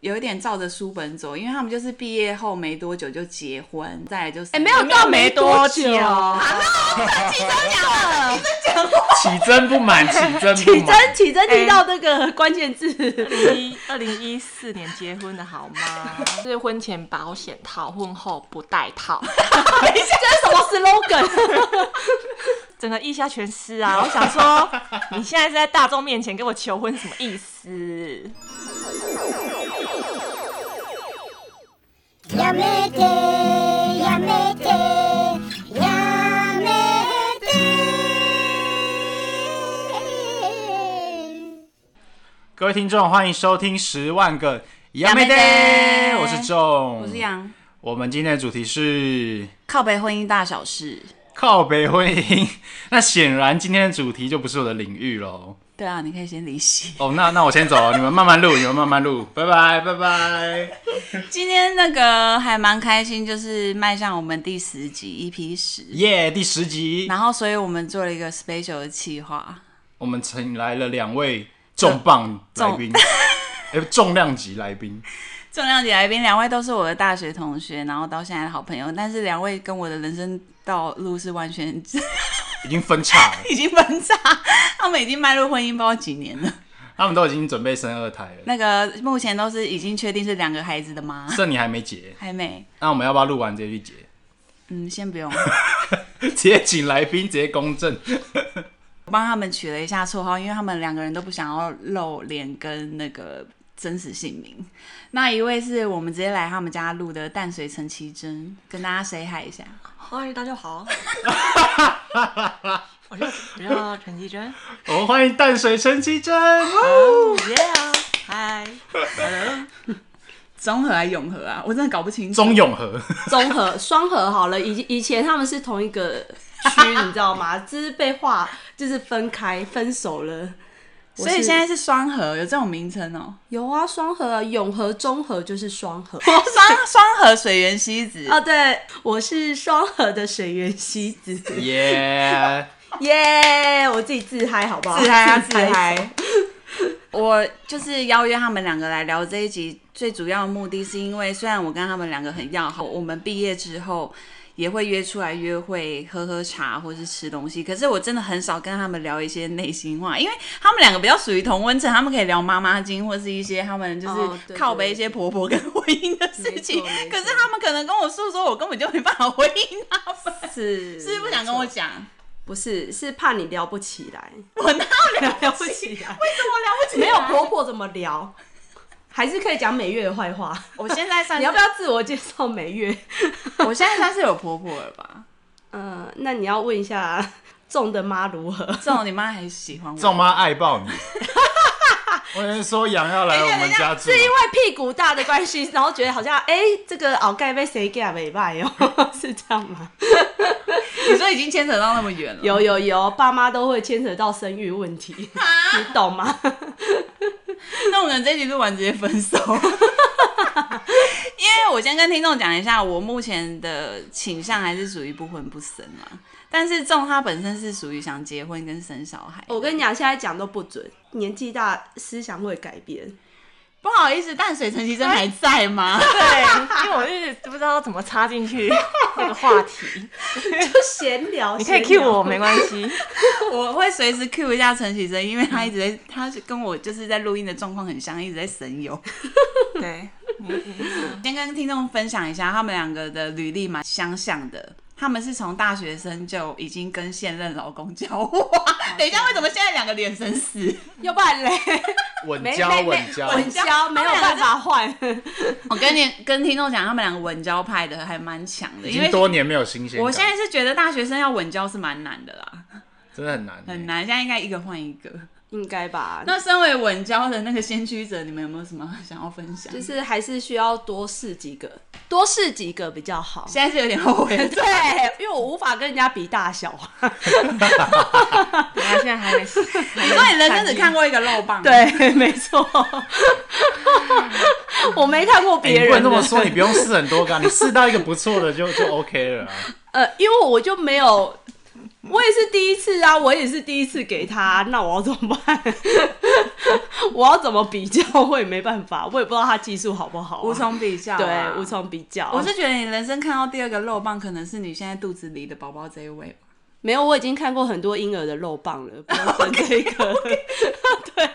有一点照着书本走，因为他们就是毕业后没多久就结婚，再来就是哎、没有到没多久，没有多啊好 起真不满， 起真启不满。真启真提到这个关键字，一哎二零一四年结婚的好吗？ 就是婚前保险套，婚后不戴 套，这是什么 slogan？ 整个意下全失啊！我想说，你现在是在大众面前跟我求婚，什么意思？やめてやめてやめて各位听众，欢迎收听《十万个亚美妹爹爹》，我是仲，我是。杨我们今天的主题是靠北婚姻大小事。靠北婚姻， 那显然今天的主题就不是我的领域喽。对啊，你可以先离席。哦，那那我先走了，你们慢慢录，你们慢慢录，拜拜拜拜。 今天那个还蛮开心，就是迈向我们第十集 EP 十，耶、第十集，然后所以我们做了一个 special 的企划，我们请来了两位重磅来宾， 哎，重量级来宾。重量级来宾两位都是我的大学同学，然后到现在的好朋友，但是两位跟我的人生道路是完全 ，已经分叉了已经分叉，他们已经迈入婚姻不知道几年了。他们都已经准备生二胎了，那个目前都是已经确定是两个孩子的妈， 剩你还没结，还没，那我们要不要录完直接去结？嗯，先不用。 直接请来宾，直接公证。我帮他们取了一下绰号，因为他们两个人都不想要露脸跟那个真实姓名。那一位是我们直接来他们家录的淡水陈绮贞，跟大家 say hi 一下。嗨，大家 好，我叫我叫陈绮贞，我们欢迎淡水陈绮贞，耶啊，嗨，hello，综合还永和啊，我真的搞不清楚。钟永和，综合双合好了，以以前他们是同一个区，你知道 吗？就是被划，就是分开分手了。我所以是现在是双核，有这种名称哦、有啊，双合啊，永和、中和哦就是双合。双双核水源西子，哦，对，我是双合的水源西子，耶、耶我自己自嗨好不好？ 自嗨啊自手嗨。 我就是邀约他们两个来聊这一集，最主要的目的是因为虽然我跟他们两个很要好，我们毕业之后也会约出来约会、喝喝茶或是吃东西，可是我真的很少跟他们聊一些内心话，因为他们两个比较属于同温层，他们可以聊妈妈经或是一些他们就哦是对靠背一些婆婆跟婚姻的事情，没错没错可是他们可能跟我诉说，我根本就没办法回应他们，是是不是不想跟我没错？讲？不是，是怕你聊不起来，我哪有聊聊不 起来。为什么聊不起来？没有婆婆怎么聊？还是可以讲美月的坏话。我现在算你是要不要自我介绍美月？我现在算是有婆婆了吧？嗯，那你要问一下 众的妈如何？ 这种你妈还喜欢我？仲妈爱爆你。我跟你说，羊要哎来我们家住是，因为屁股大的关系，然后觉得好像哎、这个鳌盖被谁给啊？没拜哦， 是这样吗？你说已经牵扯到那么远了。有有有，爸妈都会牵扯到生育问题，你懂吗？ 那我们这一集录完直接分手。因为我先跟听众讲一下，我目前的倾向还是属于不婚不生嘛。但是仲他本身是属于想结婚跟生小孩。我跟你讲，现在讲都不准，年纪大思想会改变。 不好意思，淡水陈绮贞还在吗？对，因为我一直不知道怎么插进 去那个话题，就闲聊，你可以 cue 闲聊我，没关系。我会随时 cue 一下陈绮贞，因为她一直在，她是跟我就是在录音的状况很像，一直在神游。 对，你你先跟听众分享一下，他们两个的履历蛮相像的。他们是从大学生就已经跟现任老公交 往。等一下，为什么现在两个眼神死？要不然嘞，稳没交没稳交，稳交没有办法换， 我跟你跟听众讲，他们两个稳交派的还蛮强的，已因经为多年没有新鲜感，我现在是觉得大学生要稳交是蛮难的啦，真的很难、欸很。难。现在应该一个换一个。应该吧？ 那身为稳交的那个先驱者，你们有没有什么想要分享？就是还是需要多试几个，多试几个比较好。现在是有点后 悔，对，因为我无法跟人家比大小啊。现在还没，你 说你人生只看过一个肉棒，，对，没错。我没看过哎别你不能人这的，么说，你不用试很多个啊，你试到一个不错的就就 OK 了啊。呃，因为我就没有我也是第一次啊，我也是第一次给他，那我要怎么办？ 我要怎么比较？我也没办法，我也不知道他技术好不好啊、无从比较、啊对无。从比较。啊我是觉得你人生看到第二个肉棒，可能是你现在肚子里的宝宝这一位 吧。没有，我已经看过很多婴儿的肉棒了，不要争这个。对，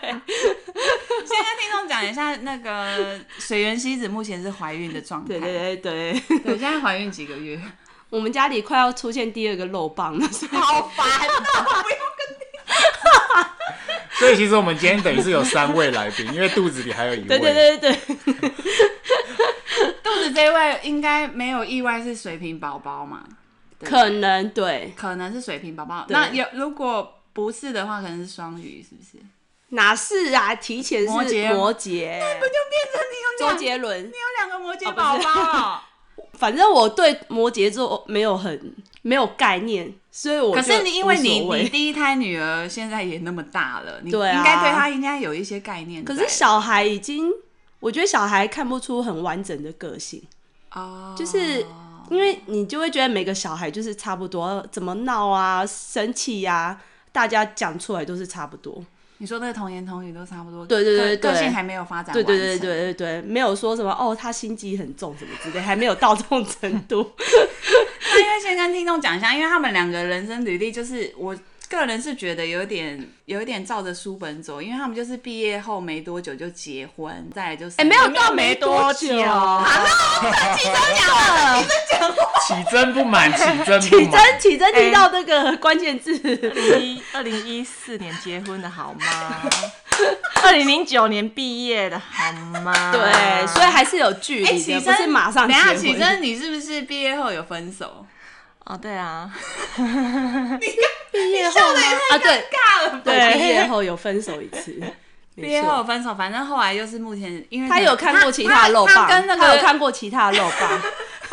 先跟听众讲一下，那个水原希子目前是怀孕的状态。 对对对对， 对，现在怀孕几个月？我们家里快要出现第二个肉棒了，所以好烦哦！所以其实我们今天等于是有三位来宾，因为肚子里还有一位。对对对对对，肚子这一位应该没有意外是水瓶宝宝嘛？对可能对，可能是水瓶宝宝。对那有如果不是的话，可能是双鱼，是不是？哪是啊？提前是摩羯摩羯，就变成你有周两，杰伦你。有两个摩羯宝宝了。反正我对摩羯座没有很没有概念，所以 我可就是你因为你无所谓你第一胎女儿现在也那么大了，你对啊应该对她应该有一些概念在。可是小孩已经，我觉得小孩看不出很完整的个性，哦，就是因为你就会觉得每个小孩就是差不多，怎么闹啊、生气呀、大家讲出来都是差不多。你说那个童言童语都差不多，对对对个对个性还没有发展对完成，对对对对对，没有说什么哦，他心机很重什么之类，还没有到这种程 度。那因为先跟听众讲一下，因为他们两个人生履历，就是我个人是觉得有点有点照着书本走，因为他们就是毕业后没多久就结婚，再来就是哎、没有没有到没多多久，久起真不满，起 真启不满。真启哎真提到这个关 键字，一二零一四年结婚的好吗？二零零九年毕业的好吗？对，所以还是有距哎，离启的，真不是马上等结一下婚。启真，你是不是毕业后有分手？哦，对啊，毕业后吗啊，对，尬了吧，对，毕业后有分手一 次，毕没业后有错。分手，反正后来就是目前因为他有看过其他的肉他棒，他跟那他有个看过其他的肉棒，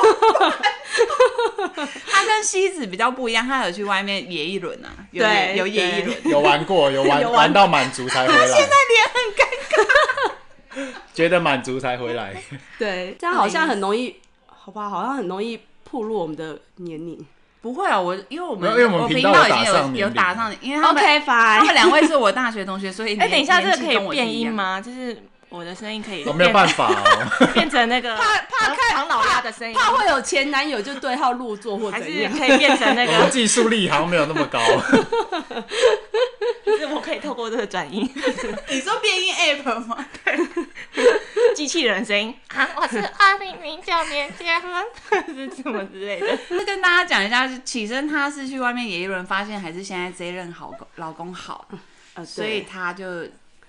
他跟西子比较不一样，他有去外面野一轮啊，有对有野一轮。有玩过，有玩有玩玩到满足才回来。现在脸很尴尬， 觉得满足才回来。对，这样好像很容易，好吧，好像很容易暴露我们的年龄。不会啊，我因为我们没有因为我们频频道道已有打经上有年有龄打上，因为他们 OK 他们 fine，两位是我大学同学，所以 哎、年等一下，这年个纪可以跟我变一音样？吗？就是我的声音可以我没有变办法哦，变成那个啊呃怕怕看唐老鸭的声音，怕会有前男友就对号入座或还怎是样。可以变成那我们个，技术力好像没有那么高。 就是我可以透过这个转音， 你说变音 app 吗？ 机器人声音啊，我是二零零九年结婚， 是什么之类的。就是跟大家讲一下，起身他是去外面野一轮，发现还是现在这一任好公老公好，嗯呃所以他就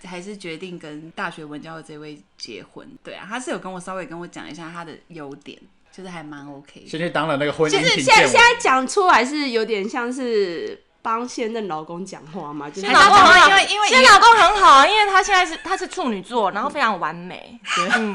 还是决定跟大学文教的这位结婚。对啊，他是有跟我稍微跟我讲一下他的优点，就是还蛮 OK 的。先去当了那个 婚姻就是评现在鉴现在讲出来是有点像是帮现任老公讲话嘛，就是现在老公还是因很因为为因因为为现在老公很好，啊因为他现在是他是处女座，然后非常完美。嗯，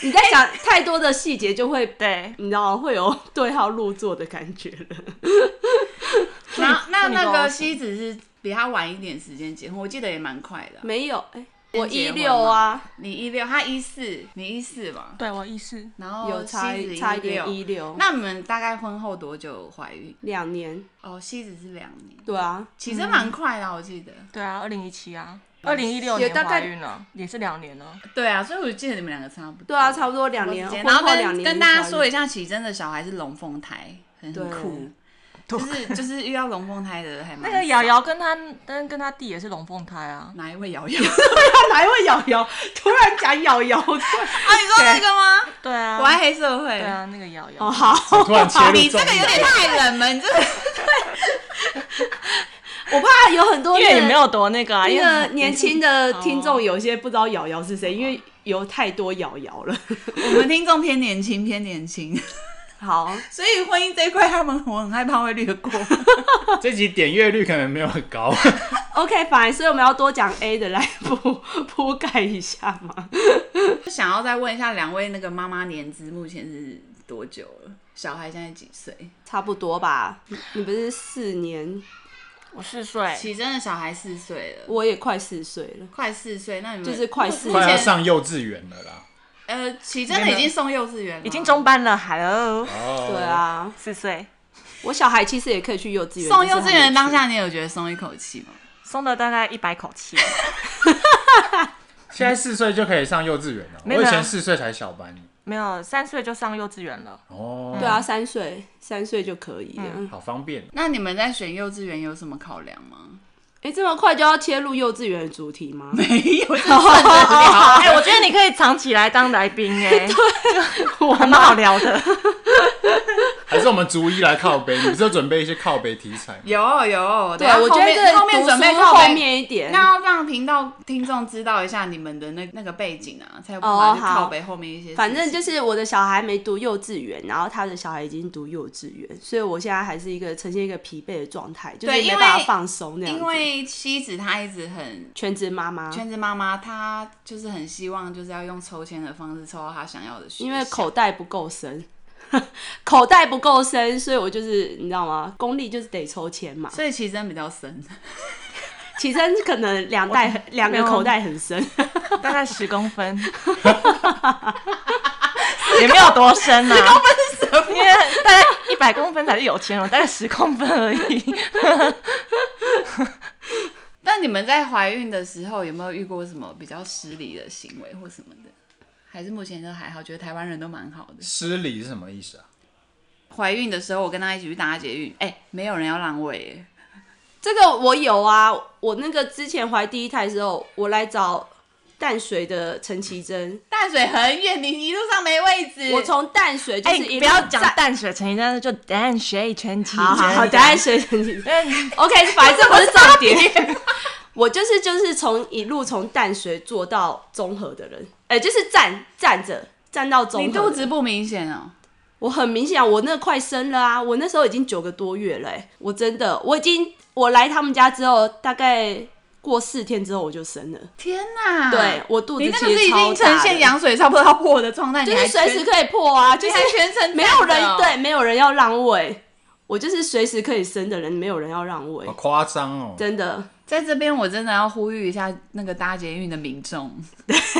你在讲太多的细节就会。 对，你知道会有 对号入座的感觉了，然后那处女座那个西子是比他晚一点时间结婚，我记得也蛮快的啊。没有？哎、我一先结六婚啊，你一六，他一四，你一四嘛，对我意思。然后有差西子差一点16哦一六，那你们大概婚后多久怀孕？两年，哦，西子是两年，对啊，其实蛮快的啊，我记得。对啊，二零一七啊，二零一六也年大概怀孕了，也是两年了。对啊，所以我记得你们两个差不多。对啊，差不多两年，我只记得婚然后后两跟年跟大家怀说孕一下，启真的小孩是龙凤胎，很很对酷，就是就是遇到龙凤胎的还蛮那个瑶瑶跟她跟跟她弟也是龙凤胎啊，哪一位瑶瑶？哪一位瑶瑶突然讲瑶瑶？对 啊，你说那个 吗？对啊，我爱黑社会。对啊，那个瑶瑶，哦，好，突然切入你这重个有点，点太冷门，你这个 我怕有很多因为也人没有多那个啊，因那个为年轻的听众有些不知道瑶瑶是谁，因为有太多瑶瑶 了。我们听众偏年轻，偏年轻， 好，所以婚姻这一块，他们我很害怕会略过。这集点阅率可能没有很高。 OK，反所以我们要多讲 A 的来铺铺盖一下嘛。想要再问一下两位，那个妈妈年资目前是多久了？小孩现在几岁？差不多吧，你你不是四年，我四哎岁，启真的小孩四岁了，我也快四岁了，快四岁，那你们就是快四快要年。上幼稚园了啦。呃，启真的已经送幼稚园了，已经中班了，Hello，哦，对，啊，四岁，我小孩其实也可以去幼稚园，送幼稚园当下。下，你有觉得松一口气吗？松了大概一百口气。现在四岁就可以上幼稚园了，我没有以啊前四岁才小班。没有，三岁就上幼稚园了。哦，对啊，三岁三岁就可以嗯了。好方便。那你们在选幼稚园有什么考量 吗？哎、这么快就要切入幼稚园的主题吗？没 有，哎、我觉得你可以藏起来当来宾哎、 我还蛮好聊的。还是我们逐一来靠背，你不是有准备一些靠背题材吗？有有，对啊，我觉得这后面读准备书靠后背面一点。那要让频道听众知道一下你们的那那个背景啊，才有办哦法去好靠北后面一些事情。反正就是我的小孩没读幼稚园，然后他的小孩已经读幼稚园，所以我现在还是一个呈现一个疲惫的状态，就是对因没为办法放松那样子。因为妻子她一直很全职妈妈，圈子妈妈，她就是很希望就是要用抽签的方式抽到她想要的学校，因为口袋不够深， 口袋不够深，所以我就是你知道吗？功力就是得抽签嘛。所以其实真的比较深。 起身可能两袋两个口袋很深，大概十公分， 也没有多深呐、啊。十公分是什么？因为大概一百公分才是有钱人，大概十公分而已。但你们在怀孕的时候有没有遇过什么比较失礼的行为或什么的？还是目前都还好，觉得台湾人都蛮好的。失礼是什么意思啊？怀孕的时候，我跟她一起去搭捷运，哎、没有人要让位耶， 这个我有啊。我那个之前怀第一胎的时候，我来找淡水的陈绮贞，淡水很远，你一路上没位置。我从淡水就哎、是一不路要讲站淡水陈绮贞，就淡水陈绮贞。好好好，淡水陈绮贞。嗯 OK，反正 这不是重点。 我就是就是从一路从淡水坐到中和的人，哎、就是站站着站到中和你的。肚子不明显哦，我很明显啊，我那快生了啊，我那时候已经九个多月了、欸，我真的，我已经我来他们家之后，大概过四天之后我就生了，天哪！对我肚子啊你那其个是实已超经大呈的现羊水差不多要破的状态，就你是还随时全可以破啊，就你是还全程没有站着人哦 对，没有人要让位，我就是随时可以生的人，没有人要让位好，夸张哦！真的，在这边我真的要呼吁一下那个搭捷运的民众，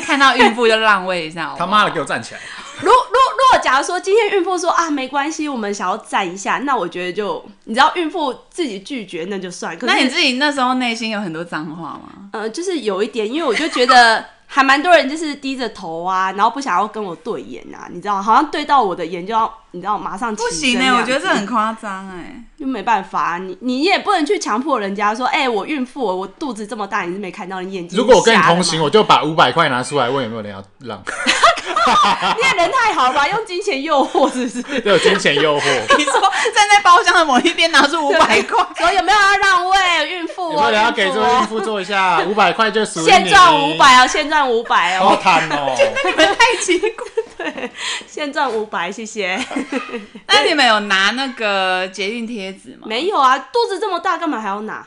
看到孕妇就让位一下好不他好，妈的，给我站起来！如如如果假如说今天孕妇说啊没关系，我们想要站一下，那我觉得就你知道孕妇自己拒绝那就算，可是那你自己那时候内心有很多脏话吗？呃，就是有一点，因为我就觉得还蛮多人就是低着头啊，然后不想要跟我对眼啊，你知道，好像对到我的眼就要，你知道，马上不行呢、哎、我觉得这很夸张哎。就没办法、啊，你你也不能去强迫人家说，哎、我孕妇，我肚子这么大，你是没看到，你眼 睛如果我跟你瞎了同行，吗我就把五百块拿出来问有没有人要 让，你也人太好了吧，用金钱诱惑是不是？ 都有金钱诱惑，你说站在包厢的某一边拿出五百块，说有没有要让位孕妇、有哦？没有人要给孕这妇位孕哦妇做一 下？五百块就属于你。现赚五，百哦，现赚五百好哦，贪哦！你们太奇怪。现赚五百，谢谢。 那你们有拿那个捷运贴纸吗？没有啊，肚子这么大，干嘛还要拿？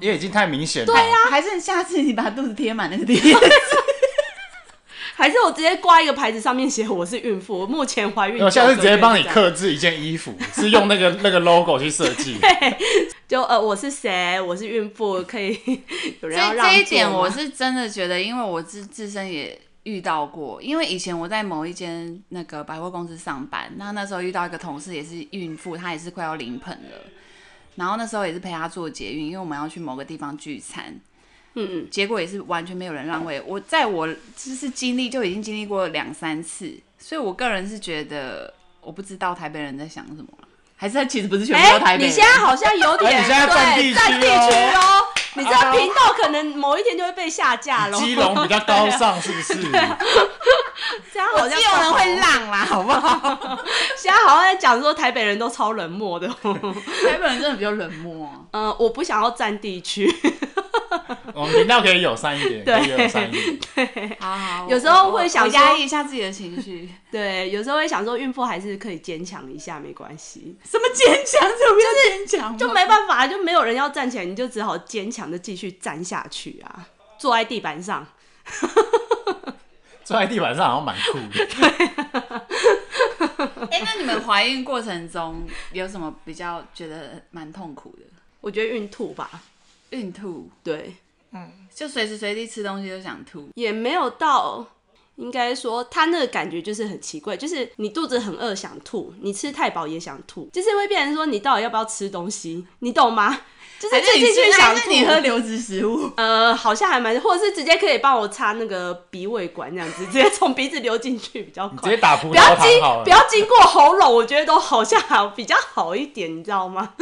因为已经太明显了。对啊，还是下次你把肚子贴满那个贴纸？还是我直接挂一个牌子，上面写我是孕妇，我目前怀孕。我下次直接帮你。刻制一件衣服，是用 那个那个 logo 去设计。就呃，我是谁？我是孕妇，可以 有人所要以让这一座点我吗是真的觉得，因为我自自身也遇到过，因为以前我在某一间那个百货公司上班，那那时候遇到一个同事也是孕妇，她也是快要临盆了，然后那时候也是陪她做捷运，因为我们要去某个地方聚餐，嗯嗯，结果也是完全没有人让位。我在我就是经历就已经经历过两三次，所以我个人是觉得我不知道台北人在想什么了，还是他其实不是全部都台北哎你人。现在好像有点哎你现在占对地区占地哦区哦，你这哎个呦频道可能某一天就会被下架了。基 隆比较高尚，是不是？啊这样好像基隆人会，浪啦，好不好？现在好像在讲说台北人都超冷漠的。 台北人真的比较冷漠、啊嗯，我不想要占地区， 我们频哦道可以友善一点，可对以友善一点。好好，有时候会想我说压抑一下自己的情绪，对，有时候会想说孕妇还是可以坚强一下，没关系，什么坚强，这不是坚强，就没办法，就没有人要站起来，你就只好坚强的继续站下去啊，坐在地板上。坐在地板上好像蛮酷 的。哎、那你们怀孕过程中有什么比较觉得蛮痛苦的？我觉得孕吐吧，孕吐，对，就随时随地吃东西都想吐，也没有到，应该说，他那个感觉就是很奇怪，就是你肚子很饿想吐，你吃太饱也想吐，就是会变成说你到底要不要吃东西，你懂吗？就是还是进你去吃，想还吐是， 你喝流质食物？ 呃，好像还蛮，或者是直接可以帮我插那个鼻胃管这样子，直接从鼻子流进去比较你直快接。打葡不要萄糖经好了。不要经过喉咙，我觉得都好像好比较好一点，你知道吗？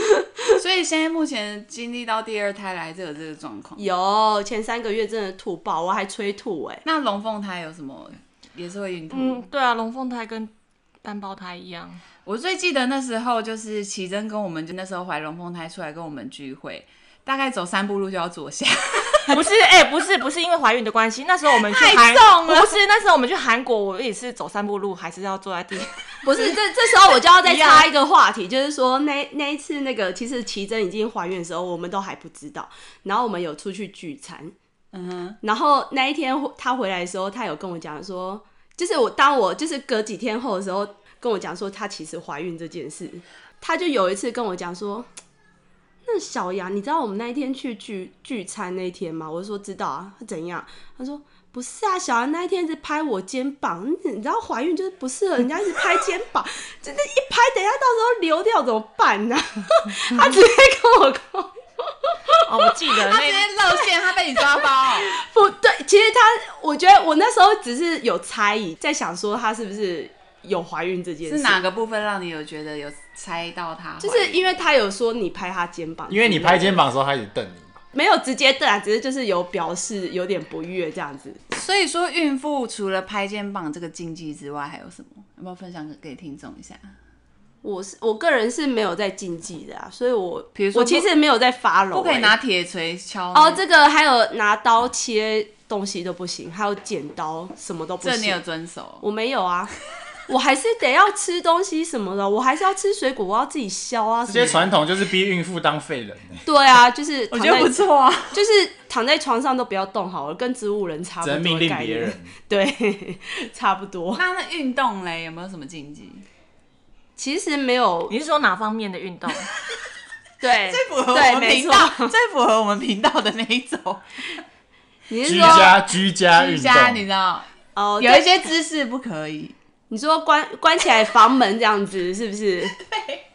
所以现在目前经历到第二胎来就有这个状况。 有前三个月真的吐爆，我还催吐哎、那龙凤胎有什么也是会孕吐？嗯，对啊，龙凤胎跟单胞胎一样，我最记得那时候就是奇珍跟我们，就那时候怀龙凤胎出来跟我们聚会，大概走三步路就要坐下。 不是，哎、不是，不是因为怀孕的关系。那时候我们去太韩，重了不是那时候我们去韩国，我也是走散步路，还是要坐在地。不是这这时候我就要再一样 插一个话题，就是说那那一次那个其实奇珍已经怀孕的时候，我们都还不知道，然后我们有出去聚餐，嗯哼，然后那一天他回来的时候，他有跟我讲说，就是我当我就是隔几天后的时候，跟我讲说他其实怀孕这件事，他就有一次跟我讲说，那小杨，你知道我们那一天去聚聚餐那一天吗？我就说知道啊，他怎样？他说。不是啊，小杨那一天一直拍我肩膀，你知道怀孕就是不适合人家一直拍肩膀， 真的，一拍，等一下到时候流掉怎么办呢、 他直接跟我说， 哦，我记得他直那接露馅，他被你抓包、不对，其实他，我觉得我那时候只是有猜疑，在想说他是不是有怀孕这件事，是哪个部分让你有觉得有猜到他怀孕？就是因为他有说你拍他肩膀之因类的，为你拍肩膀的时候，他一直瞪你嘛。没有直接瞪啊，只是就是有表示有点不悦这样子。所以说孕妇除了拍肩膀这个禁忌之外，还有什么？有没有分享给给听众一下？我是我个人是没有在禁忌的啊，所以我比如说我其实没有在发楼、不可以拿铁锤敲欸那哦，这个还有拿刀切东西都不行，还有剪刀什么都不这你有行。遵守？我没有啊， 我还是得要吃东西什么的，我还是要吃水果，我要自己削啊这什些么的。传统就是逼孕妇当废人、欸，对啊，就是躺在错啊。 就是躺在床上都不要动好了，跟植物人差不只多能命的令概别念。人。对， 差不多。那那运动嘞，有没有什么禁忌？其实没有你是说哪方面的运动？对，最符合对我们没频错道，最符合我们频道的那一种你是居说家居家居运家，你动知，道，哦，有一对些姿势不可以。你说关关起来房门这样子是 不是？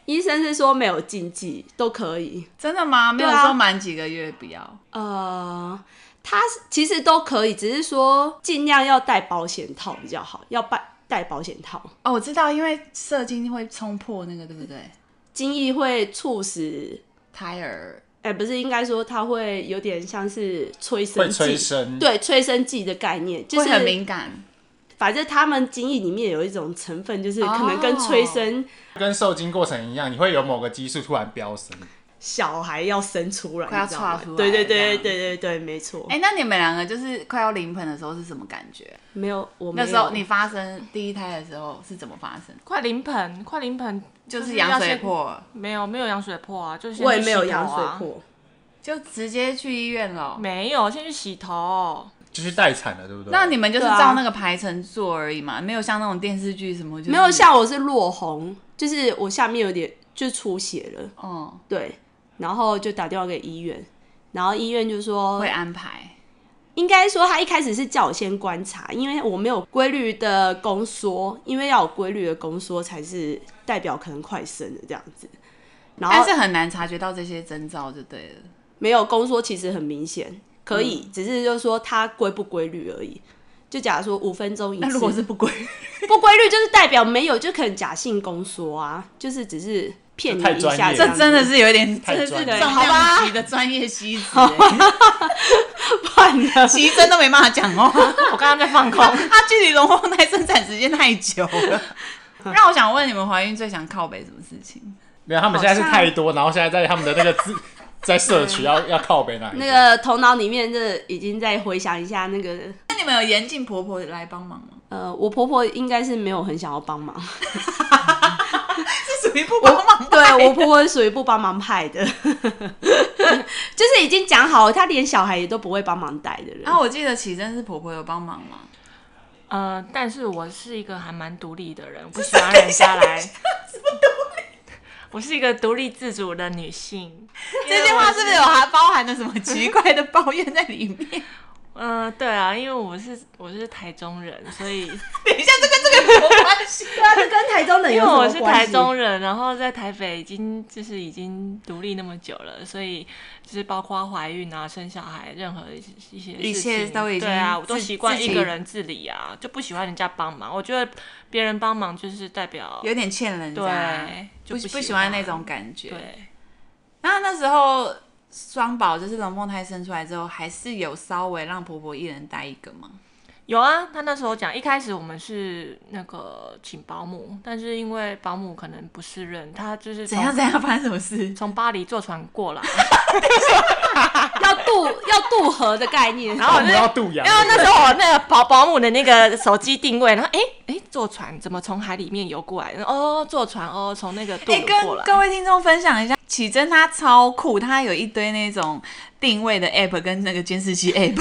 医生是说没有禁忌都可以，真的吗？没有对啊说满几个月不要。呃，他是其实都可以，只是说尽量要戴保险套比较好，要戴戴保险套，哦，我知道，因为射精会冲破那个，对不对？精液会促使。胎儿哎、不是应该说它会有点像是催生会剂，催生对催生剂的概念，就会是很敏感，反正他们精液里面有一种成分，就是哦可能跟催生跟受精过程一样，你会有某个激素突然飙升。小孩要生出来，快要你知道吗岔出来对对这对对样对对对，没错。哎、那你们两个就是快要临盆的时候是什么感觉？没有，我没那有时候你发生第一胎的时候是怎么发生？ 快临盆，快临盆，就是要羊水先，破，没有没有羊水破啊，就是先我也去没有洗头羊水啊，破，就直接去医院了。没有，先去洗头。就去待产了，对不对？那你们就是对啊照那个排程做而已嘛，没有像那种电视剧什么，就是、没有像我是落红，就是我下面有点就出血了，嗯对，然后就打电话给医院，然后医院就说会安排。应该说，他一开始是叫我先观察，因为我没有规律的宫缩，因为要有规律的宫缩才是代表可能快生的这样子。然但后是很难察觉到这些征兆就对了。没有宫缩，其实很明显，可以，只是就是说它规不规律而已。就假如说五分钟一次，那如果是不规律，不规律，就是代表没有，就可能假性宫缩啊，就是只是骗你太一专下业这这样子，真的是有一点，太真的是专业重了好吧量级的专业吸子、欸，换的。其实真都没办法讲话。我刚刚在放空，他距离龙凤胎生产时间太久 了。让我想问你们，怀孕最想靠北什么事情？没有，他们现在是太多，然后现在在他们的那个自在社区要要靠北那里。那个头脑里面，这已经在回想一下那个，那你们有严禁婆婆来帮忙吗？呃，我婆婆应该是没有很想要帮忙，是属于不帮忙派 对我婆婆是属于不帮忙派的， 就是已经讲好了，她连小孩也都不会帮忙带的人。然啊后我记得起真是婆婆有帮忙吗？呃，但是我是一个还蛮独立的人，我不喜欢人家 来。 我是一个独立自主的女性。 这句话是不是有还包含了什么奇怪的抱怨在里面？嗯、对啊，因为我是我是台中人，所以等一下，这跟这个有什么关系？ 对啊，这跟台中人因有为什我么是关台系中人，然后在台北已经就是已经独立那么久了，所以就是包括怀孕啊、生小孩，任何一些一些一事切情都已经对啊，我都自习惯自一己个人自理啊，就不喜欢人家帮忙。我觉得别人帮忙就是代表有点欠人家，对，不就不喜喜欢那种感觉。对。那那时候双宝就是龙凤胎生出来之后，还是有稍微让婆婆一人带一个吗？有啊，他那时候讲，一开始我们是那个请保姆，但是因为保姆可能不是人，他就是哦怎从样怎样发生什么事？从巴黎坐船过来，要渡要渡河的概 念，然后我你就要渡洋然，后那时候我那个保保姆的那个手机定位，然后哎哎、诶坐船怎么从海里面游过来？哦，坐船哦，从那个渡哎、轮过跟来。各位听众分享一下，启真她超酷，她有一堆那种定位的 app 跟那个监视 器 app，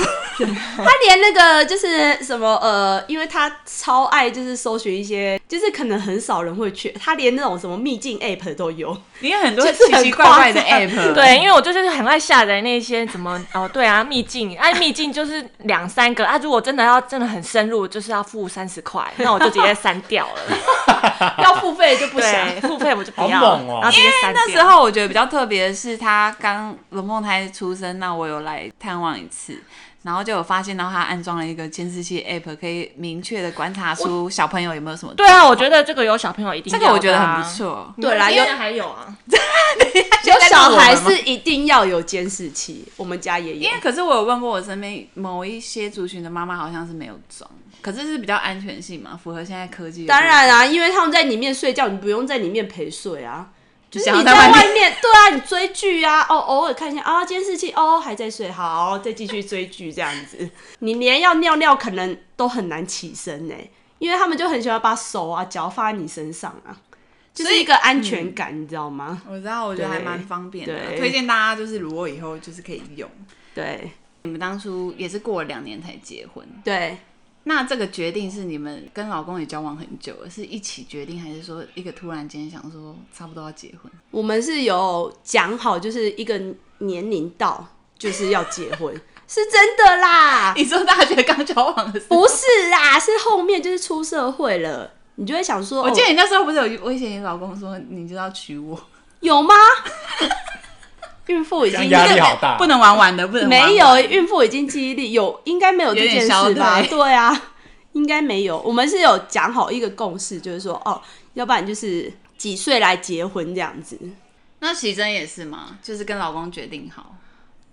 他连那个就是什么呃，因为他超爱就是搜寻一些，就是可能很少人会去，他连那种什么秘境 app 都有。你有很多就是奇很奇怪怪的夸张 app，对，因啊为我就是很爱下载那些什么哦，对啊，秘境，哎、秘境就是两三个啊。如果真的要真的很深入，就是要付三十块，那我就直接删掉了。 要付费就不想。对，付费我就不哎好要了，猛哦然后直接删掉。那时候我觉得比较特别的是，他刚龙凤胎出生，那我有来探望一次，然后就有发现到他安装了一个监视器 app，可以明确的观察出小朋友有没有什么。对啊，我觉得这个有小朋友一定这个我觉得要的啊很不。错。对啦，有还有啊，有小现孩在到我们是一定要有监视器，我们家也有因。为可是我有问过我身边某一些族群的妈妈，好像是没有装，可是是比较安全性嘛，符合现在科技的。当，然啦、因为他们在里面睡觉，你不用在里面陪睡啊。就就是想要你在在外面外面， 对啊，你追剧啊，哦，偶尔看一下啊，监视器哦还在睡，好，再继续追剧这样子。 你连要尿尿可能都很难起身呢、因为他们就很喜欢把手啊脚放在你身上啊，就是一个安全感，嗯你知道吗？我知道，我觉得还蛮方便的，对推荐大家就是如果以后就是可以用。对你们当初也是过了两年才结婚，对，那这个决定是你们跟老公也交往很久了，是一起决定，还是说一个突然间想说差不多要结婚？ 我们是有讲好，就是一个年龄到就是要结 婚，是真的啦。你说大学刚交往的时候，不是啦， 是后面就是出社会了，你就会想说，我记得哦、你那时候不是有威胁你老公说你就要娶我，有吗？ 孕妇已这样经压力好大，不能玩玩的，不能玩玩没有，孕妇已经记忆力有，应该没有这件有事点消吧？退对啊，应该没有。我们是有讲好一个共识，就是说，哦，要不然就是几岁来结婚这样子。那喜珍也是吗？就是跟老公决定好，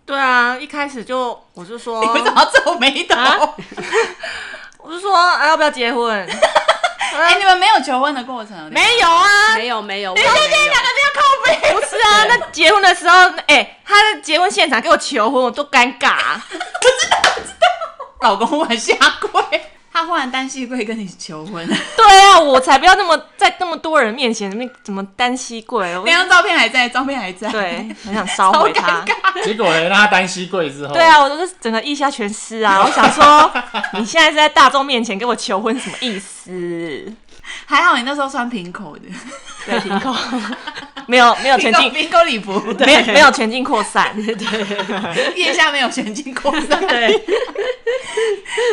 对啊，一开始就我是说，你为什么要皱眉头？哎、 啊我是说、啊、要不要结 婚？哎你们没有求婚的过程？哎没有啊，没有没哎有，我也没有。不是啊。那结婚的时候，哎、他在结婚现场给我求婚，我多尴尬、 啊。老公忽然下跪，他忽然单膝跪跟你求 婚，对啊，我才不要那么在那么多人面前，那怎么单膝跪？我那 张照片还在，照片还在，，对，很想烧好毁尴他。尬。结果呢，让他单膝跪之后，对，啊，我就是整个腋下全湿啊！我想说，你现在是在大众面前跟我求婚，什么意思？还好你那时候穿平口的，对，平口没有没有前进，平口礼服， 没 有没有前进扩 散，腋下没有全进过山， 对，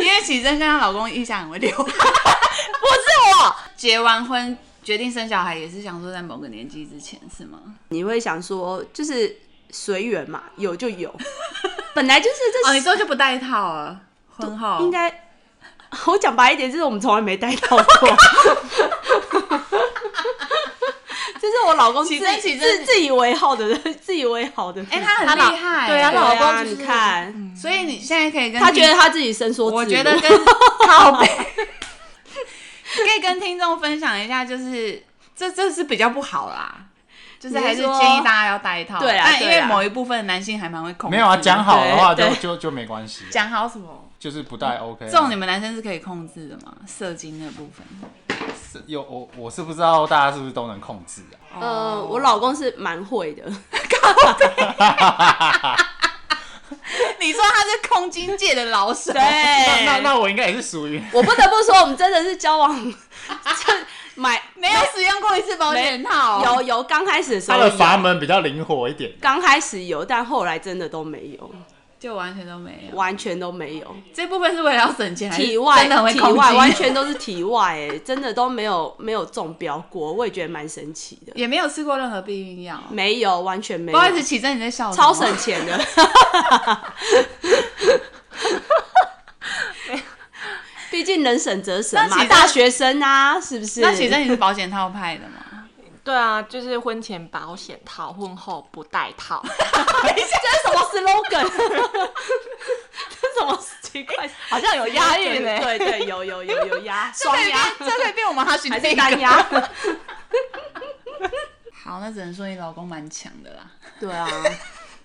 因为启真跟她老公腋下很会 流汗，不是我。结完婚决定生小孩，也是想说在某个年纪之前是吗？你会想说，就是随缘嘛，有就有。本来就是 哦，这你说就不戴套了，婚后应该， 我讲白一点，就是我们从来没带到过。就是我老公自起身起自身自以为好的人， 自以为好的人。哎、他很厉害、对啊啊，她老公啊就是你看，所以你现在可以跟他觉得他自己伸缩自嗯如。我觉得跟 靠背，可以跟听众分享一下，就是这这是比较不好啦。就是啊还是你是说建议大家要戴套，对啦但因对为啦某一部分男性还蛮会控制。没有啊，讲好的话就对对就就没关系，讲好什么？就是不带 OK 啊。这种你们男生是可以控制的吗？射精那部分，是有我我是不知道大家是不是都能控制啊？呃，我老公是蛮会 的， 你说他是空精界的老手，那那对，那我应该也是属于哎我不得不说，我们真的是交往， 这买没有使用过一次保险套，有有刚开始的时他候的阀有，门比较灵活一点。刚开始有，但后来真的都没有。就完全都没有。完全都没有。这部分是为了要省钱，还是体外真的很会体控外制完全都是体外、哎，真的都没有没有中标过，我也觉得蛮神奇的。也没有吃过任何避孕药。没有，完全没不好意思，有，启真你在笑什超么省钱的。毕竟能省则省那其嘛，实大学生啊，是不是？那启真你是保险套派的吗？对啊，就是婚前保险套，婚后不戴 套。这是什么 slogan？这是什么奇怪？好像有押韵 欸对对，有有有有 押，这双可以变押，这可以变我 们哈许还这是一单个。 押？嗯好，那只能说你老公蛮强的啦。对啊，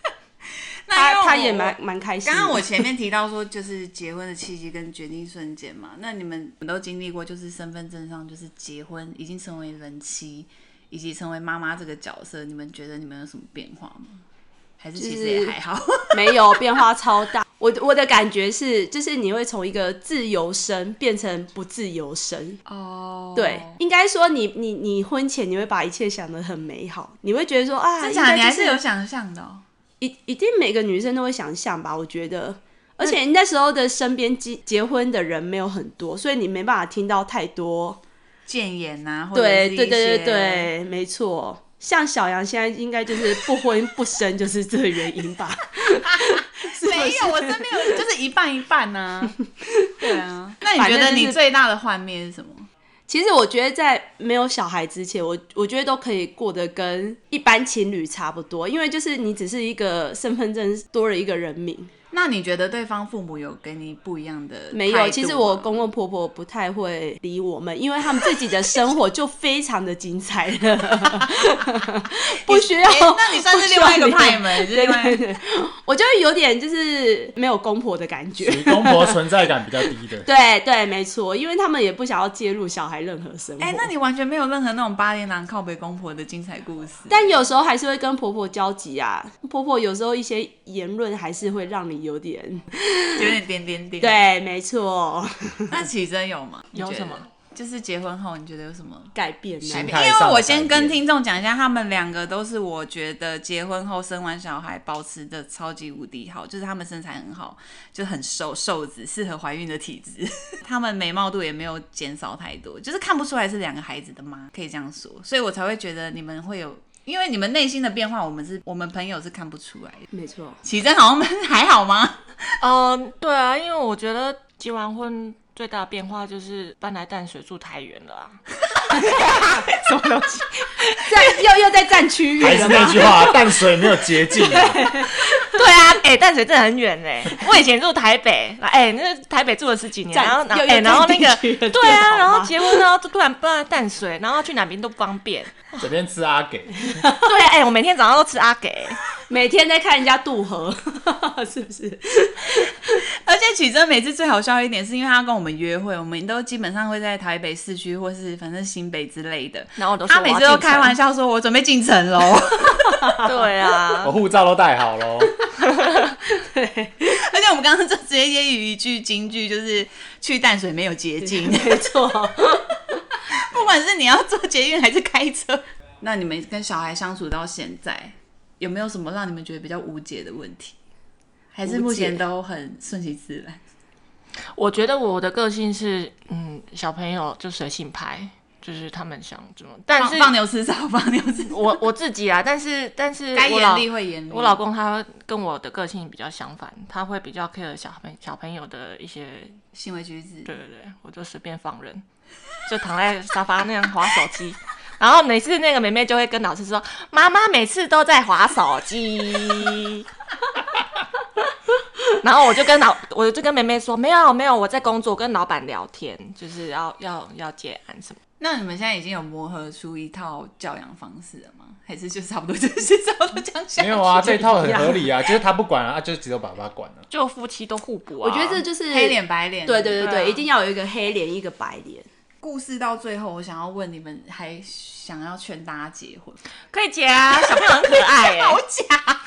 那他因为他也我蛮蛮开心刚的。刚我前面提到说，就是结婚的契机跟决定瞬间嘛，那你们都经历过，就是身份证上就是结婚，已经成为人妻，以及成为妈妈这个角色，你们觉得你们有什么变化吗？还是其实也还好？没有变化超大。我我的感觉是，就是你会从一个自由身变成不自由身。哦，对，应该说你你你婚前你会把一切想得很美好，你会觉得说啊，真假的应你该还就是有想象的哦。一一定每个女生都会想象吧？我觉得，而且那时候的身边结结婚的人没有很多，所以你没办法听到太多。谏言呐、或者是对一对对些对，对，没错。像小杨现在应该就是不婚不生，就是这个原因吧？没有，我真没有，就是一半一半呐、 对啊，那你反觉正得就你是最大的幻灭是什么？其实我觉得在没有小孩之前，我我觉得都可以过得跟一般情侣差不多，因为就是你只是一个身份证多了一个人名，那你觉得对方父母有给你不一样的？没有。其实我公公婆婆不太会理我们，因为他们自己的生活就非常的精彩了， 不需要哎、。那你算是另外一个派门，是对另外对对，我就会有点就是没有公婆的感觉。，你公婆存在感比较低的 对对，没错，因为他们也不想要介入小孩任何生活。哎、那你完全没有任何那种八点档靠北公婆的精彩故事。但有时候还是会跟婆婆交集啊，婆婆有时候一些言论还是会让你有点有点点点点。，对，没错，那起真有吗？有你觉得什么？就是结婚后你觉得有什么？改变啊心了。因态上的为我先改跟变听众讲一下，他们两个都是我觉得结婚后生完小孩保持的超级无敌好，就是他们身材很好，就很瘦瘦子，适合怀孕的体质。 他们美貌度也没有减少太多，就是看不出来是两个孩子的妈，可以这样说。所以我才会觉得你们会有，因为你们内心的变化，我们是我们朋友是看不出来的。没错，起真好像还好吗？ 嗯，对啊，因为我觉得结完婚最大的变化就是搬来淡水住太远了啊。在又又在占区域还是了那吗？句话，淡水没有捷径啊。对啊，哎、淡水真的很远 哎、我以前住台北，哎、那台北住了十几年，占然后然后又哎、又然后那占个 地区了对好啊，吗然后结婚然后就突然搬来淡水，然后去哪边都不方便。随便吃阿给， 对啊，哎、我每天早上都吃阿给、每天在看人家渡河， 是不是？而且启真每次最好笑一点，是因为他跟我们约会，我们都基本上会在台北市区或是反正新北之类的。然后我都说他每次都开玩笑，笑说：“我准备进城喽。 对啊我，护照都带好 喽。”而且我们刚刚就直接揶揄一句京剧，就是“去淡 水没有捷径没错，”，不管是你要坐捷运还是开车。那你们跟小孩相处到现在，有没有什么让你们觉得比较无解的问题？还是目前都很顺其自然？我觉得我的个性是，嗯，小朋友就随性拍，就是他们想怎么，但放是放牛吃草， 放牛吃草，我我自己啊，但是但是该我严老厉会严厉。我老公他跟我的个性比较相反，他会比较 care 小朋小朋友的一些，行为举止，对对对，我就随便放任，就躺在沙发那样划手机。然后每次那个妹妹就会跟老师说：“妈妈每次都在划手机。”然后我就跟老，我就跟妹妹说：“没有没有，我在工作，跟老板聊天，就是要要要结案什么。”那你们现在已经有磨合出一套教养方式了吗？还是就差不多就是差不多这样下没有啊，去这一套很合理啊，就是他不管啊，啊就只有爸爸管了、啊。就夫妻都互补啊。我觉得这就是黑脸。白脸，对对对对啊对，一定要有一个黑脸，一个白脸。故事到最后，我想要问你们，还想要劝大家结婚？ 可以结啊，小朋友很可爱、欸。好假！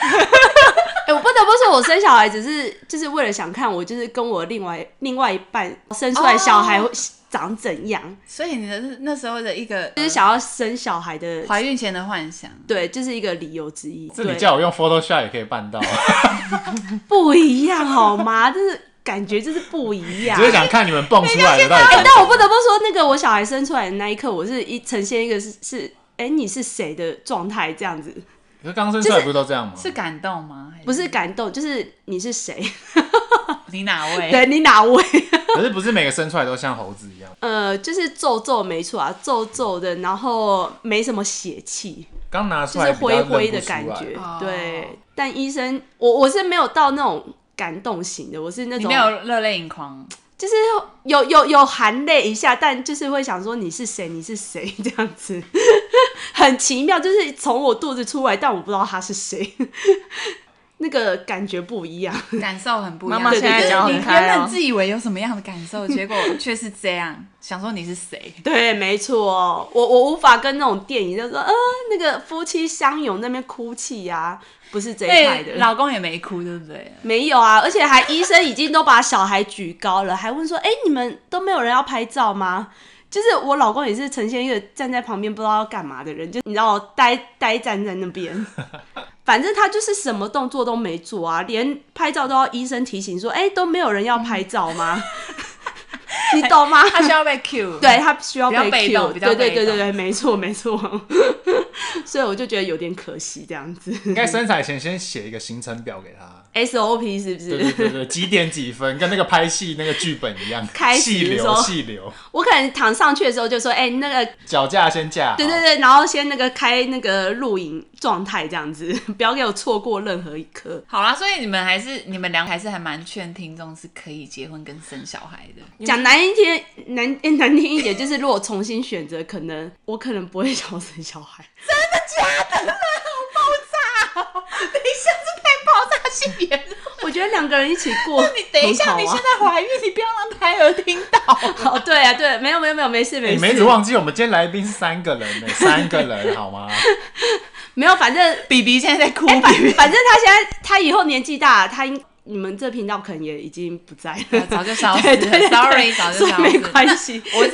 哎、我不得不说，我生小孩只是就是为了想看我就是跟我另外另外一半生出来小孩会长怎样所以你的那时候的一个呃就是想要生小孩的，怀孕前的幻想，对，就是一个理由之一。这你对，叫我用 Photoshop 也可以办到，啊不一样好吗？ 就是感觉就是不一样只。是想看你们蹦出来的到底哎、怎么但我不得不说，那个我小孩生出来的那一刻，我是一呈现一个是是，哎、你是谁的状态这样子，可是刚生出来不是都这样吗？是感动吗？还不是感动，就是你是 谁，你哪位？对你哪位？ 可是不是每个生出来都像猴子一样？呃，就是皱皱没错啊，皱皱的，然后没什么血气，刚拿出就是来比较灰认不灰的出感来觉。哦对，但医生，我我是没有到那种感动型的，我是那你种没有热泪盈眶，就是有有有含泪一下，但就是会想说你是谁，你是谁这样子，很奇妙，就是从我肚子出来，但我不知道他是谁，那个感觉不一样。 感受很不一样。妈妈对对现在对讲你很开哦原本自以为有什么样的感受，结果却是这样，想说你是谁？对，没错，我我无法跟那种电影就说，呃，那个夫妻相拥那边哭泣呀、不是这一派的。哎老公也没哭，对不对？没有啊，而且还医生已经都把小孩举高了，还问说：“哎、你们都没有人要拍照吗？”就是我老公也是呈现一个站在旁边不知道要干嘛的人，就你知道我呆呆站在那 边，反正他就是什么动作都没做啊，连拍照都要医生提醒说：“哎、都没有人要拍照吗？” 你懂吗？他需要 被 cue， 对他需要比较被被 Q，动比较对对被对对动对，没错没错， 所以我就觉得有点可惜这样子。 应该生产前先写一个行程表给 他。 SOP 是不是？对对对对，几点几分，跟那个拍戏那个剧本一样，开始细的时流候细流，我可能躺上去的时候就说：“哎、那个脚架先架好。对对对，然后先那个开那个录影状态这样子， 不要给我错过任何一刻。好啦，所以你们还是你们俩还是还蛮劝听众是可以结婚跟生小孩的。讲难一点，难、 诶难听一点，就是如果重新选择，可能我可能不会想要生 小孩。等一下是太爆炸性言论，我觉得两个人一起过很好啊， 你等一下，你现在怀孕，你不要让胎儿听到。哦，对啊，对，没有没有没有，没事哎，没你们一事直，忘记我们今天来宾是三个人呢，三个人好吗？没有，反正哎比比现在在哭， 反反正他现在他以后年纪大，他应你们这频道可能也已经不在 了，呃早就消失对了对对 Sorry，早就所以消失没关系。 我是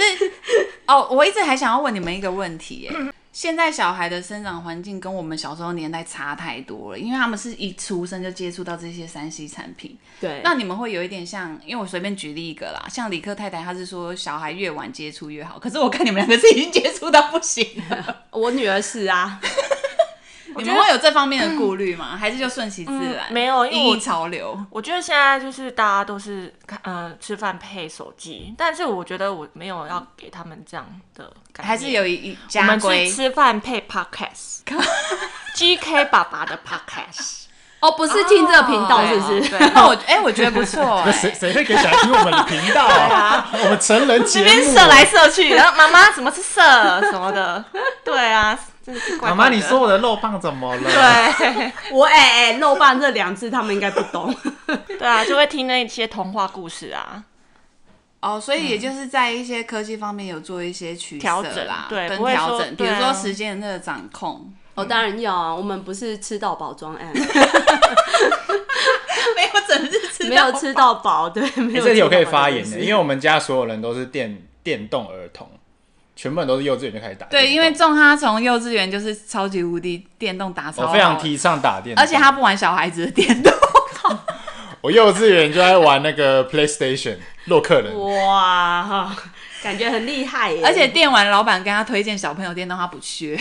哦，我一直还想要问你们一个问题耶。现在小孩的生长环境跟我们小时候年代差太多了，因为他们是一出生就接触到这些三 C 产品。对，那你们会有一点像，因为我随便举例一个啦，像理科太太，她是说小孩越晚接触越好，可是我看你们两个是已经接触到不行了，我女儿是啊，你们会有这方面的顾虑吗？还是就顺其自然？嗯没有因为因我应潮流。我觉得现在就是大家都是看呃吃饭配手机，但是我觉得我没有要给他们这样的感觉，还是有一一我家们规是，吃饭配 podcast，GK 爸爸的 podcast，哦，不是听这个频道哦是不是？对 那我哎、我觉得不错、 那哎谁谁会给小孩听我们的频 道啊？我们成人节这边目射。来射去，然后妈妈什么是射什么的，对啊，真的是怪怪妈的妈，你说我的肉棒怎么了？啊对 我哎哎、肉棒这两字他们应该不懂。对啊，就会听那些童话故事啊，哦，所以也就是在一些科技方面有做一些取调舍整啦，对跟不会调说整，比对如啊说时间的掌 控， 哦，当然要啊，我们不是 吃到饱装哎案，没有整日吃没有吃到饱， 对，欸没哎有。这里我可以发言的，因为为我们家所有人都是电电动儿童，全部人都是幼稚园就开始打电动。对，因为仲他从幼稚园就是超级无敌电动打超我好，非常提倡打电动，而且他不玩小孩子的电动，我幼稚园就在玩那个 PlayStation 洛克人，哇哈，感觉很厉害耶。而且电玩老板跟他推荐小朋友电动，他不缺，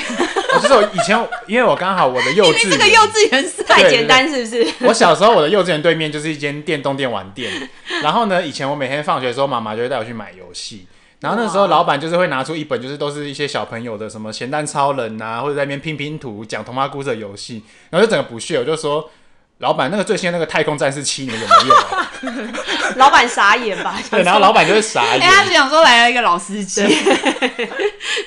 我就是我以前，因为我刚好我的幼因为稚这个园幼稚园是太简单是不 是？我小时候我的幼稚园对面就是一间电动电玩店，然后呢，以前我每天放学的时候，妈妈就会带我去买游戏。然后那时候老板就是会拿出一本，就是都是一些小朋友的什么咸蛋超人啊，或者在那边拼拼图、讲童话故事的游戏，然后就整个不屑，我就说，老板那个最新的那个太空战士七，你们有没有、啊？老板傻眼吧？ 对，然后老板就会傻哎、眼。他 就想说来了一个老司机，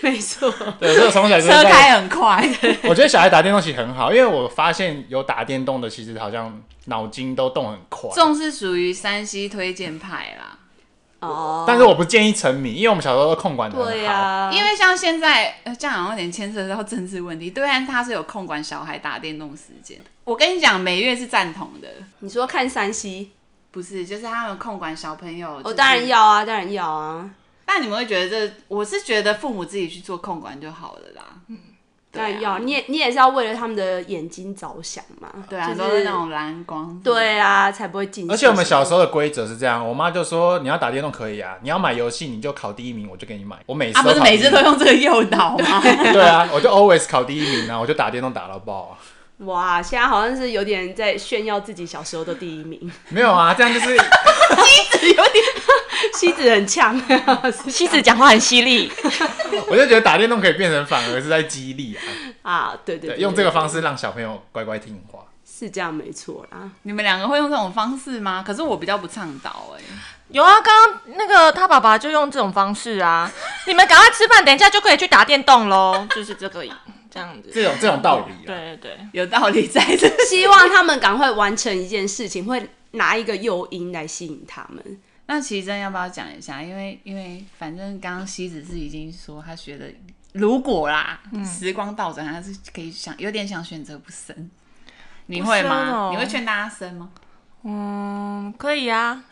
没错， 对，所以我从小就是车在，开很快， 我觉得小孩打电动其实很好，因为我发现有打电动的，其实好像脑筋都动很快。仲是属于山西推荐派啦，哦，但是我不建议沉迷，因为我们小时候都控管的很好。对啊呀，因为像现在，呃，这样好像有点牵涉到政治问题。对岸它是有控管小孩打电动时间，我跟你讲，每月是赞同的，你说看山西，不是，就是他们控管小朋友。哦，当然。要啊，当然要啊，但你们会觉得这，我是觉得父母自己去做控管就好了啦。当然要，啊你也你也是要为了他们的眼睛着想嘛，对啊，就都是那种蓝光。对啊，才不会进。而且我们小时候，候的规则是这样，我妈就说你要打电动可以啊，你要买游戏你就考第一名，我就给你买。我每次啊，不都是考每第一次名都用这个诱导吗？对啊，我就 always 考第一名啊，我就打电动打到爆啊。哇，现在好像是有点在炫耀自己小时候的第一名， 没有啊，这样就是 妻子很呛， 妻子讲话很犀利，我就觉得打电动可以变成反而是在激励啊，啊，对对对，对，用这个方式式让小朋友乖乖听话。是这样没错啦。 你们两个会用这种方式吗？可是我比较不倡导哎、有啊，刚刚那个他爸爸就用这种方式啊，你们赶快吃饭，等一下就可以去打电动喽，就是这个这样子。这种这种道理啊，对对对，有道理在这。希望他们赶快完成一件事情，会拿一个诱因来吸引他们。那奇珍要不要讲一下？因为因为反正刚刚西子是已经说他学的，如果啦，时光倒转，他是可以想有点想选择不生，你会不吗？生哦你会劝大家生吗？嗯，可以 啊。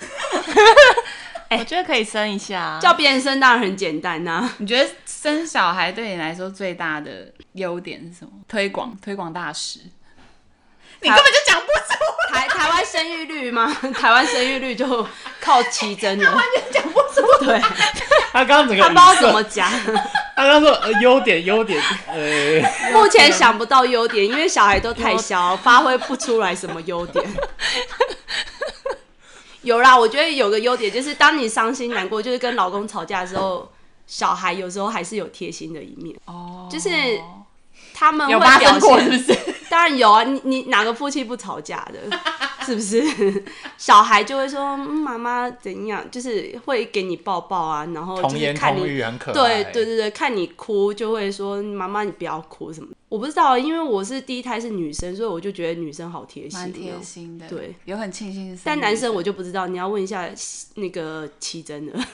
哎我觉得可以生一下啊，叫别人生当然很简单啊呐、你觉得生小孩对你来说最大的优点是什么？推广推广大使，你根本就讲不 出，台台湾生育率吗？ 台湾生育率就靠奇珍了，来，讲不出。对，他刚刚整个他不知道语塞怎么讲。他刚刚说呃优点优点，呃，哎目前想不到优点，因为小孩都太小，发挥不出来什么 优点。有啦，我觉得有个优点就是，当你伤心难过，就是跟老公吵架的时候，小孩有时候还是有贴心的一面，哦，就是他们有会发表生过是不现。是？ 当然有啊，你你哪个夫妻不吵架的？是不是？ 小孩就会说嗯妈妈、怎样，就是会给你抱抱啊，然后童就是言看你童语很可爱。对对对对，看你哭就会说妈妈你不要哭什么的。我不知道，因为我是第一胎是女生，所以我就觉得女生好贴心、蛮贴。心的，对，有很庆幸是生女生。但男生我就不知道，你要问一下那个奇珍了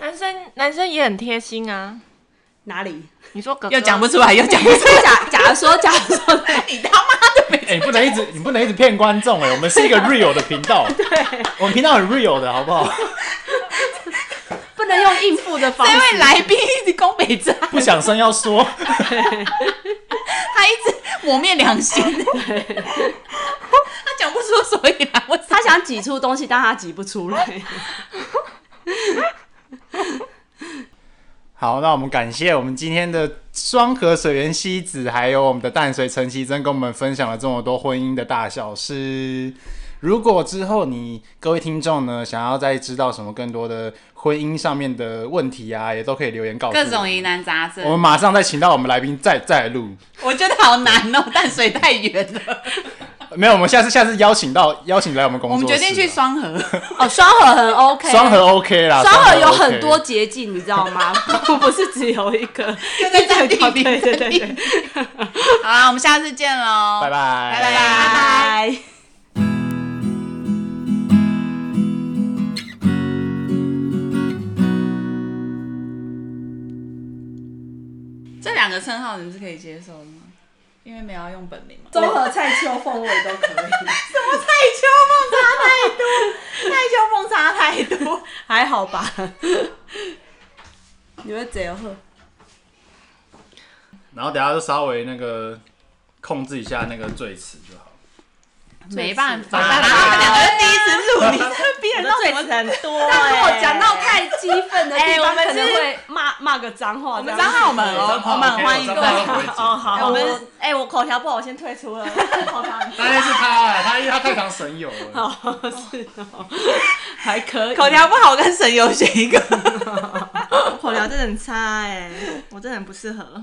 男生男生也很贴心啊。哪里？你说哥哥啊又讲不出来，又讲 不出来。假假如说假如说 你他妈的没哎、你不能一直你不能一直骗观众哎、我们是一个 real 的频 道，我们频道很 real 的好不好？不能用应付的方这位式，来宾一直攻北战，不想生要说，他一直抹灭良心，他讲不出所以然。我他想挤出东西，但他挤不出来。好，那我们感谢我们今天的双河水源西子，还有我们的淡水陈其真，跟我们分享了这么多婚姻的大小事。如果之后你各位听众呢，想要再知道什么更多的婚姻上面的问题啊，也都可以留言告诉我各们种疑。难杂症我，们马上再请到我们来宾再再来录，我觉得好难哦，淡水太远了。没有，我们下次下次邀请到邀请来我们工我作室们啊，决定去双河， 哦，双核很 OK，双核 OK 啦，双核有 OK 很多捷径，你知道吗？ 不不是只有一个，又在占地对对对 对对， 好啦，我们下次见喽，拜拜拜拜。拜。这两个称号你们是可以接受的吗？因为没有要用本名嘛。综合蔡秋凤尾都 可以，蔡秋凤差太多，蔡秋凤差太多。还好吧？你会怎样喝？然后等下就稍微那个控制一下那个最词就好。没办法，没办法他们两个人第一次录，你这逼我人的到嘴什么齿很多、 但如果讲到太激愤的地欸哎我方，们可能是会骂骂个脏话。我我们张浩们哦，我们很欢迎我各张浩位。不会剪 哦，好，哎我们哎、我口条不好，我先退出了。口条很当然是他啊，他因为他太常神游了。哦是哦，还可以。口条不好，跟神游选一个。口条真的很差哎、我真的很不适合。